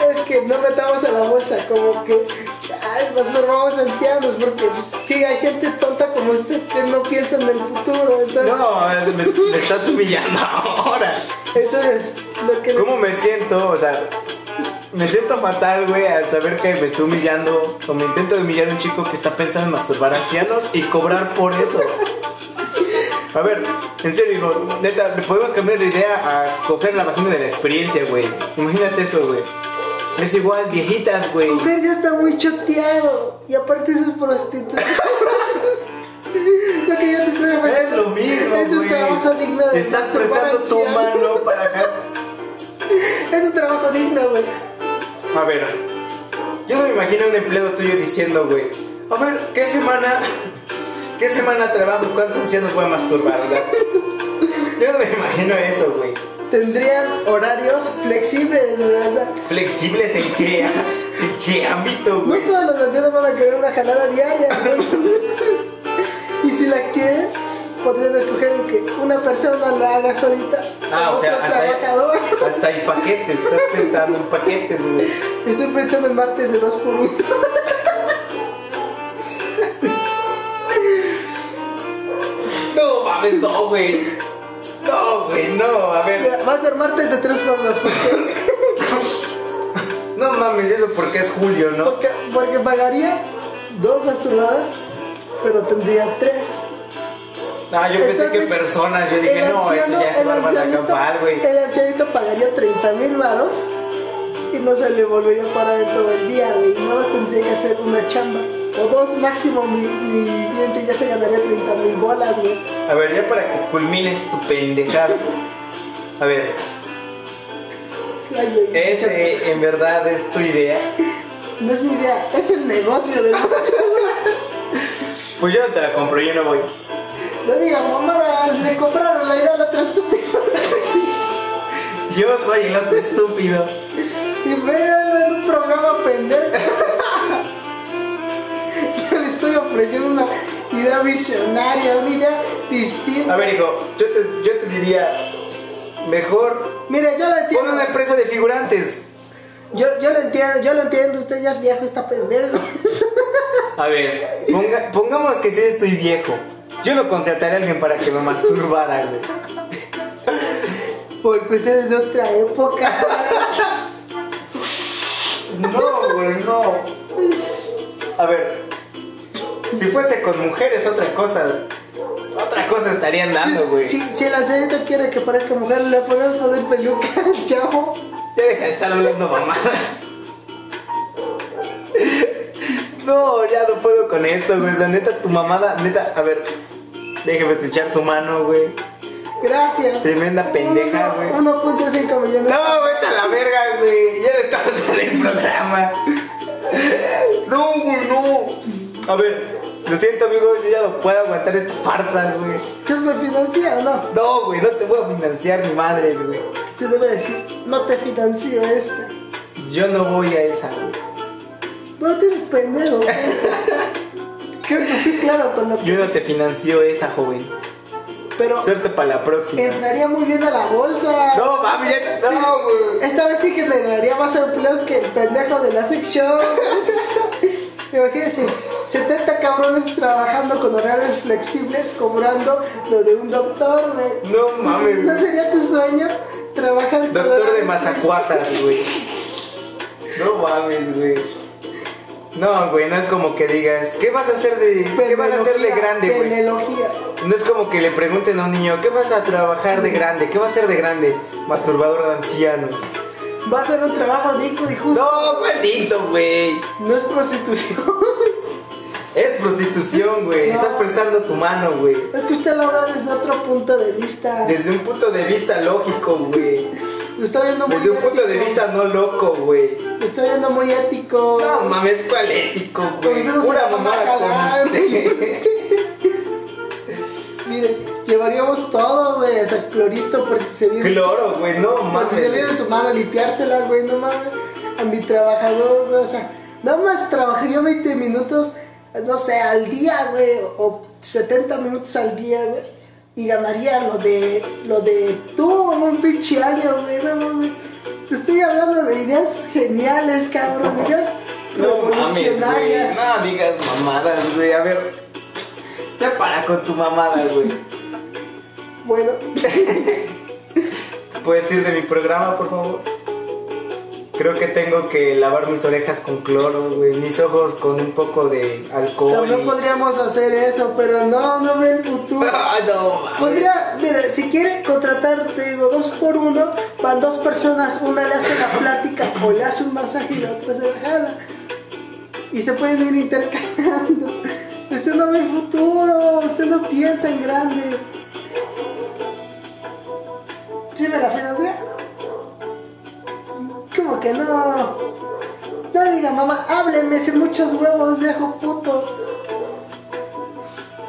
S2: es que no metamos a la bolsa. Como que, ay, nos robamos ancianos. Porque si sí, hay gente tonta como usted que no piensa en el futuro. Entonces,
S1: No, me, me estás humillando ahora.
S2: entonces lo que le-
S1: ¿Cómo me siento? O sea, me siento fatal, güey, al saber que me estoy humillando o me intento de humillar a un chico que está pensando en masturbar ancianos y cobrar por eso. A ver, en serio, hijo, neta, le podemos cambiar la idea a coger la vagina de la experiencia, güey. Imagínate eso, güey. Es igual, viejitas, güey.
S2: Mujer ya está muy choteado y aparte es un prostituto. lo que yo te estoy
S1: Es lo
S2: ofreciendo
S1: mismo,
S2: Es un
S1: güey.
S2: trabajo digno de
S1: Estás
S2: masturbar
S1: prestando tu
S2: ancianos.
S1: mano para acá.
S2: Es un trabajo digno, güey.
S1: A ver, yo no me imagino un empleo tuyo diciendo, güey, a ver, ¿qué semana, qué semana trabajo? ¿Cuántos ancianos voy a masturbar? O sea, yo no me imagino eso, güey.
S2: Tendrían horarios flexibles, güey. o sea,
S1: ¿Flexibles en qué, en qué ámbito,
S2: no
S1: güey?
S2: todos los ancianos van a querer una jalada diaria, güey. y si la quieren, podrían escoger en que una persona la haga solita.
S1: Ah, o sea,
S2: otro
S1: hasta
S2: trabajador.
S1: ahí, hasta ahí paquetes, estás pensando en paquetes, güey.
S2: Estoy pensando en martes de 2 por 1
S1: No mames, no, güey. No, güey, no, a ver.
S2: Va a ser martes de 3 por 2 porque,
S1: No mames, eso porque es Julio, ¿no?
S2: porque, porque pagaría dos masturbadas, pero tendría tres.
S1: Ah, yo pensé que
S2: Entonces,
S1: personas, yo dije,
S2: el
S1: no, eso
S2: anciano-
S1: ya es
S2: el
S1: barba de
S2: ancianito-
S1: acampar, güey.
S2: El ancianito pagaría 30 mil varos y no se le volvería a parar en todo el día, güey. Nada más tendría que hacer una chamba. O dos máximo, mi, mi cliente ya se ganaría 30 mil bolas, güey.
S1: A ver, ya para que culmines tu pendejada. A ver,
S2: Ay, güey,
S1: Eh. ese en verdad es tu idea.
S2: No es mi idea, es el negocio de la
S1: Pues yo no te la compro, yo no voy.
S2: No digas mamadas, le compraron la idea al otro estúpido.
S1: Yo soy el otro estúpido.
S2: Y véanlo en un programa pendejo. Yo le estoy ofreciendo una idea visionaria, una idea distinta.
S1: A ver, hijo, yo te, yo te diría, mejor
S2: Mira, yo lo
S1: pon
S2: entiendo.
S1: una empresa de figurantes.
S2: Yo, yo lo entiendo, yo lo entiendo, usted ya es viejo, está pendejo.
S1: A ver, ponga- pongamos que sí estoy viejo. Yo no contrataré a alguien para que me masturbara, güey.
S2: Porque usted es de otra época.
S1: No, güey, no. A ver, si fuese con mujeres, otra cosa. Otra cosa estarían dando, güey.
S2: si, si el ancianito quiere que parezca mujer, le podemos poner peluca al chavo.
S1: Ya deja de estar hablando mamá. No, ya no puedo con esto, güey. O sea, neta, tu mamada, neta, a ver, déjeme estrechar su mano, güey.
S2: Gracias.
S1: Tremenda pendeja, güey.
S2: 1.5 millones.
S1: No, vete a la verga, güey. Ya estamos en el programa. No, güey, no. A ver, lo siento, amigo, yo ya no puedo aguantar esta farsa, güey.
S2: ¿Qué es me financia o no?
S1: No, güey, no te voy a financiar ni madres, güey.
S2: Se debe decir, no te financio esta.
S1: Yo no voy a esa, güey.
S2: Bueno, tú eres pendejo. güey. Creo que fui claro con lo que.
S1: Yo no te financio esa, joven.
S2: Pero
S1: Suerte para la próxima.
S2: entraría muy bien a la bolsa.
S1: No, mami, ya- no, güey.
S2: Esta vez sí que generaría más empleos que el pendejo de la sección. Imagínense, 70 cabrones trabajando con horarios flexibles, cobrando lo de un doctor, güey.
S1: No mames,
S2: ¿No
S1: güey.
S2: sería tu sueño trabajar con
S1: Doctor de
S2: horarios
S1: Mazacuatas, güey. No mames, güey. No, güey, no es como que digas, ¿qué vas a hacer de, qué vas a hacer de
S2: Penelogía,
S1: grande, güey?
S2: penelogía.
S1: No es como que le pregunten a un niño, ¿qué vas a trabajar de grande? ¿Qué vas a hacer de grande? Masturbador de ancianos.
S2: Va a ser un trabajo digno y justo.
S1: No, maldito, güey.
S2: No es prostitución.
S1: Es prostitución, güey.
S2: No.
S1: Estás prestando tu mano, güey.
S2: es que usted lo habla desde otro punto de vista.
S1: Desde un punto de vista lógico, güey.
S2: Lo está viendo muy
S1: Desde un punto de
S2: ético.
S1: vista no loco, güey.
S2: Lo está viendo muy ético.
S1: No mames, cuál ético,
S2: Con
S1: güey.
S2: usted no se
S1: Pura
S2: la van a
S1: mamada
S2: jalar.
S1: comiste.
S2: Mire, llevaríamos todo, güey, ese clorito por si se viene.
S1: Cloro, güey, no
S2: por si se viene
S1: mames.
S2: en su mano, limpiársela, güey, no mames. A mi trabajador, güey, o sea, nada más trabajaría 20 minutos, no sé, al día, güey, o 70 minutos al día, güey. Y ganaría lo de, lo de tú, un pinche año, güey, no mames. Te estoy hablando de ideas geniales, cabrón, ideas
S1: No mames, güey.
S2: revolucionarias.
S1: No digas mamadas, güey. A ver. Ya para con tu mamada, güey.
S2: Bueno,
S1: ¿Puedes ir de mi programa, por favor? Creo que tengo que lavar mis orejas con cloro, güey. Mis ojos con un poco de alcohol.
S2: también
S1: y-
S2: podríamos hacer eso, pero no, no ve el futuro.
S1: Ah, no, mames.
S2: Podría, mira, si quiere contratar, te digo, dos por uno, van dos personas, una le hace la plática o le hace un masaje y la otra se la jala. Y se pueden ir intercalando. Usted no ve el futuro, usted no piensa en grande. ¿Sí me la financia? ¿Cómo que no? No diga, mamá, hábleme, sin muchos huevos, dejo puto.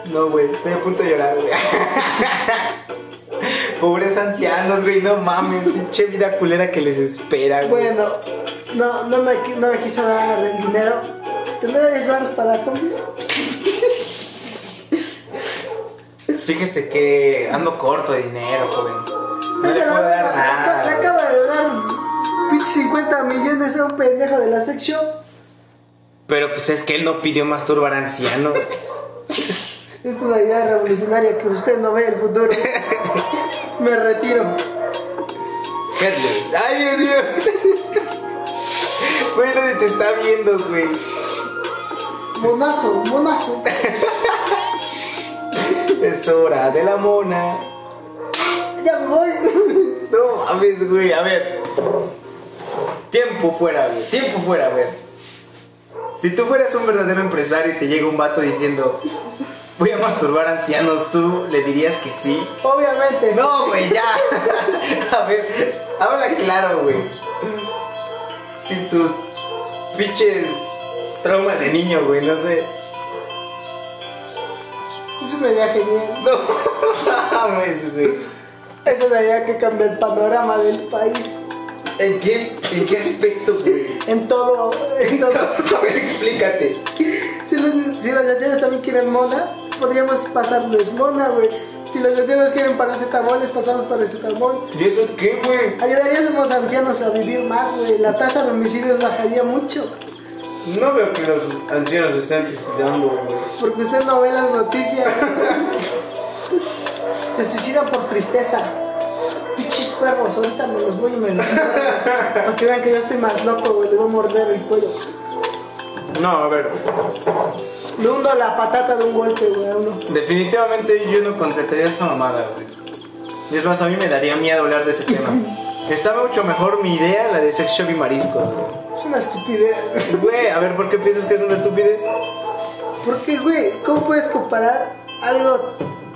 S1: No, güey, estoy a punto de llorar, güey. Pobres ancianos, güey, no mames, pinche vida culera que les espera, güey.
S2: Bueno, no, no me, qui- no me quiso dar el dinero. ¿Tendré 10 baros para la comida?
S1: Fíjese que ando corto de dinero, joven. No le
S2: Oye,
S1: puedo
S2: la-
S1: dar
S2: la- Le
S1: nada.
S2: acaba de dar pinche 50 millones a un pendejo de la sex shop.
S1: Pero pues es que él no pidió masturbar ancianos.
S2: Es una idea revolucionaria que usted no ve el futuro. Me retiro.
S1: Headless. Ay, Dios mío. Güey, nadie te está viendo, güey.
S2: Monazo, monazo.
S1: Es hora de la mona.
S2: Ya me voy.
S1: No mames, güey. A ver. Tiempo fuera, güey. Tiempo fuera, a ver. Si tú fueras un verdadero empresario y te llega un vato diciendo, voy a masturbar ancianos, ¿tú le dirías que sí?
S2: Obviamente.
S1: No, güey, ya. A ver, habla claro, güey. Si tus pinches traumas de niño, güey, no sé.
S2: Es una idea genial.
S1: No mames, güey.
S2: Es una idea que cambia el panorama del país.
S1: ¿En qué, en qué aspecto, güey?
S2: En todo. En todo.
S1: A ver, explícate.
S2: Si, los- si las galletas también quieren mona, podríamos pasarles mona, güey. Si las galletas quieren paracetamol, les pasamos paracetamol.
S1: ¿Y eso qué, güey?
S2: Ayudaríamos a los ancianos a vivir más, güey. La tasa de homicidios bajaría mucho.
S1: No veo que los ancianos se estén suicidando, güey.
S2: Porque usted no ve las noticias. Se suicidan por tristeza. Pichis perros, ahorita me los voy a inventar. Aunque vean que yo estoy más loco, güey. Le voy a morder el cuello.
S1: No, a ver.
S2: Le hundo la patata de un golpe, güey, a uno.
S1: Definitivamente yo no contrataría esa mamada, güey. Y Es más, a mí me daría miedo hablar de ese tema. Está mucho mejor mi idea, la de sex shop y mariscos, güey.
S2: Es una estupidez.
S1: Güey, a ver, ¿por qué piensas que es una estupidez?
S2: Porque, güey, ¿cómo puedes comparar algo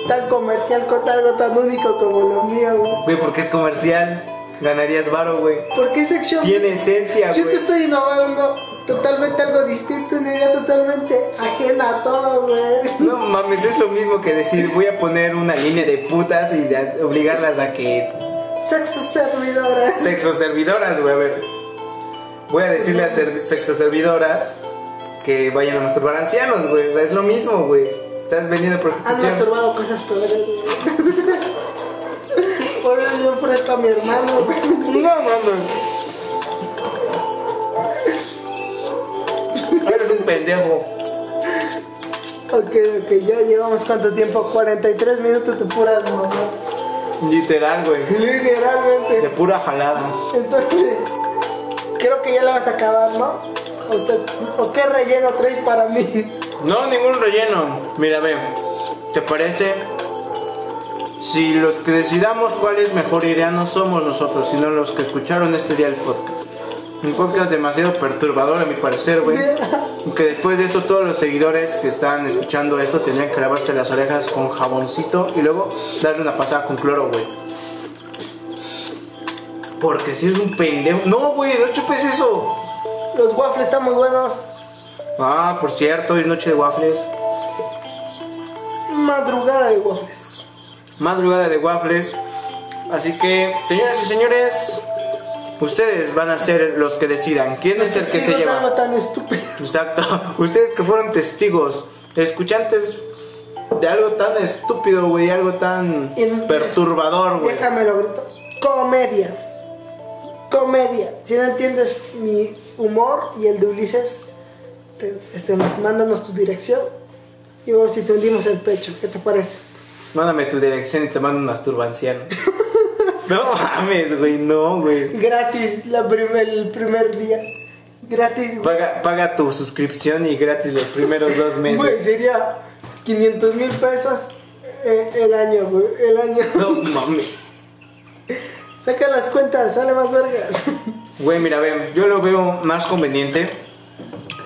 S2: tan comercial con algo tan único como lo mío, güey?
S1: Güey, porque es comercial. Ganarías varo, güey.
S2: ¿Por qué Sex Shop?
S1: Tiene esencia,
S2: Yo te
S1: güey.
S2: estoy innovando totalmente algo distinto, una idea totalmente ajena a todo, güey.
S1: No mames, es lo mismo que decir voy a poner una línea de putas y de a- obligarlas a que
S2: Sexo servidoras.
S1: sexo servidoras, güey, a ver. Voy a decirle a ser sexo servidoras que vayan a masturbar ancianos, güey. O sea, es lo mismo, güey. Estás vendiendo
S2: Han
S1: prostitución.
S2: masturbado cosas peores, güey. Por eso yo ofrezco a mi hermano, güey.
S1: No, mames. Eres un pendejo.
S2: Ok, ok, ya llevamos cuánto tiempo? 43 minutos de puras mamás.
S1: Literal, güey.
S2: Literalmente.
S1: De pura jalada.
S2: Entonces, creo que ya la vas a acabar, ¿no? ¿O, usted- o qué relleno traes para mí?
S1: No, ningún relleno. Mira, ve. ¿Te parece? Si los que decidamos cuál es mejor idea no somos nosotros, sino los que escucharon este día el podcast. Un podcast demasiado perturbador a mi parecer, güey. Que después de esto todos los seguidores que están escuchando esto tenían que lavarse las orejas con jaboncito y luego darle una pasada con cloro, güey. Porque si es un pendejo... No, güey, no chupes eso.
S2: Los waffles están muy buenos.
S1: Ah, por cierto, hoy es noche de waffles.
S2: Madrugada de waffles.
S1: madrugada de waffles. Así que, señoras y señores, ustedes van a ser los que decidan quién es el que
S2: Sí,
S1: se
S2: no es algo
S1: lleva.
S2: tan estúpido.
S1: Exacto, ustedes que fueron testigos, escuchantes de algo tan estúpido, güey, algo tan
S2: En-
S1: perturbador, güey.
S2: Déjame lo grito. Comedia. Comedia. Si no entiendes mi humor y el de Ulises, te- este, mándanos tu dirección y vamos si te hundimos el pecho. ¿Qué te parece?
S1: Mándame tu dirección y te mando un masturbanciano. no mames, güey, no, güey.
S2: Gratis la primer, el primer día. Gratis. güey.
S1: Paga, paga tu suscripción y gratis los primeros dos
S2: Güey,
S1: meses.
S2: sería 500 mil pesos eh, el año, güey. El año.
S1: No mames.
S2: Saca las cuentas, sale más vergas.
S1: Güey, mira, ven, yo lo veo más conveniente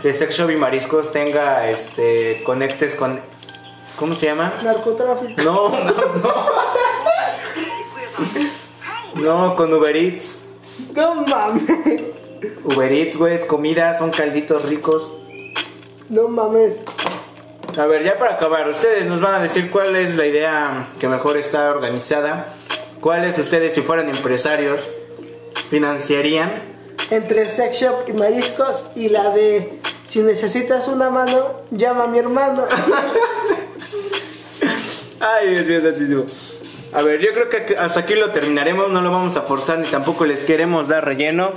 S1: que Sex Shop y Mariscos tenga, este, conectes con... ¿Cómo se llama?
S2: Narcotráfico.
S1: No, no, no. No, con Uber Eats.
S2: No mames.
S1: Uber Eats, güey, es comida, son calditos ricos.
S2: No mames.
S1: A ver, ya para acabar, ustedes nos van a decir cuál es la idea que mejor está organizada. ¿Cuáles ustedes, si fueran empresarios, financiarían?
S2: Entre sex shop y mariscos y la de si necesitas una mano, llama a mi hermano.
S1: Ay, Dios mío, santísimo. A ver, yo creo que hasta aquí lo terminaremos, no lo vamos a forzar ni tampoco les queremos dar relleno.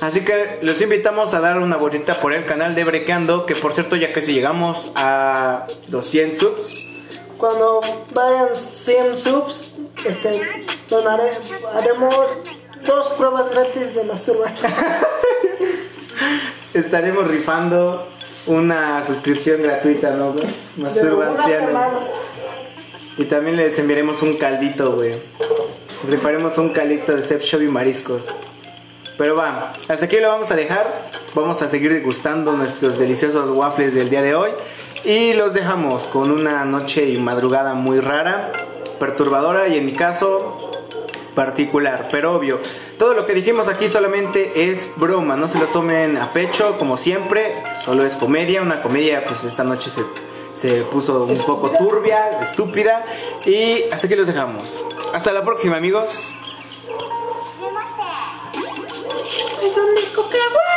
S1: Así que los invitamos a dar una vueltita por el canal de Brequeando, que por cierto ya casi llegamos a los 100 subs.
S2: Cuando vayan 100 subs, este, donaré, haremos dos pruebas gratis de masturbarse.
S1: Estaremos rifando una suscripción gratuita, ¿no? güey?
S2: De
S1: Masturba
S2: una
S1: anciana.
S2: semana.
S1: Y también les enviaremos un caldito, güey. Rifaremos un caldito de Sep Shop y mariscos. Pero va, hasta aquí lo vamos a dejar. Vamos a seguir degustando nuestros deliciosos waffles del día de hoy. Y los dejamos con una noche y madrugada muy rara, perturbadora y en mi caso particular. Pero obvio, todo lo que dijimos aquí solamente es broma. No se lo tomen a pecho, como siempre. Solo es comedia. Una comedia, pues esta noche se, se puso un poco turbia, estúpida. Y hasta aquí los dejamos. Hasta la próxima, amigos.
S3: めまして。
S2: Es un disco que-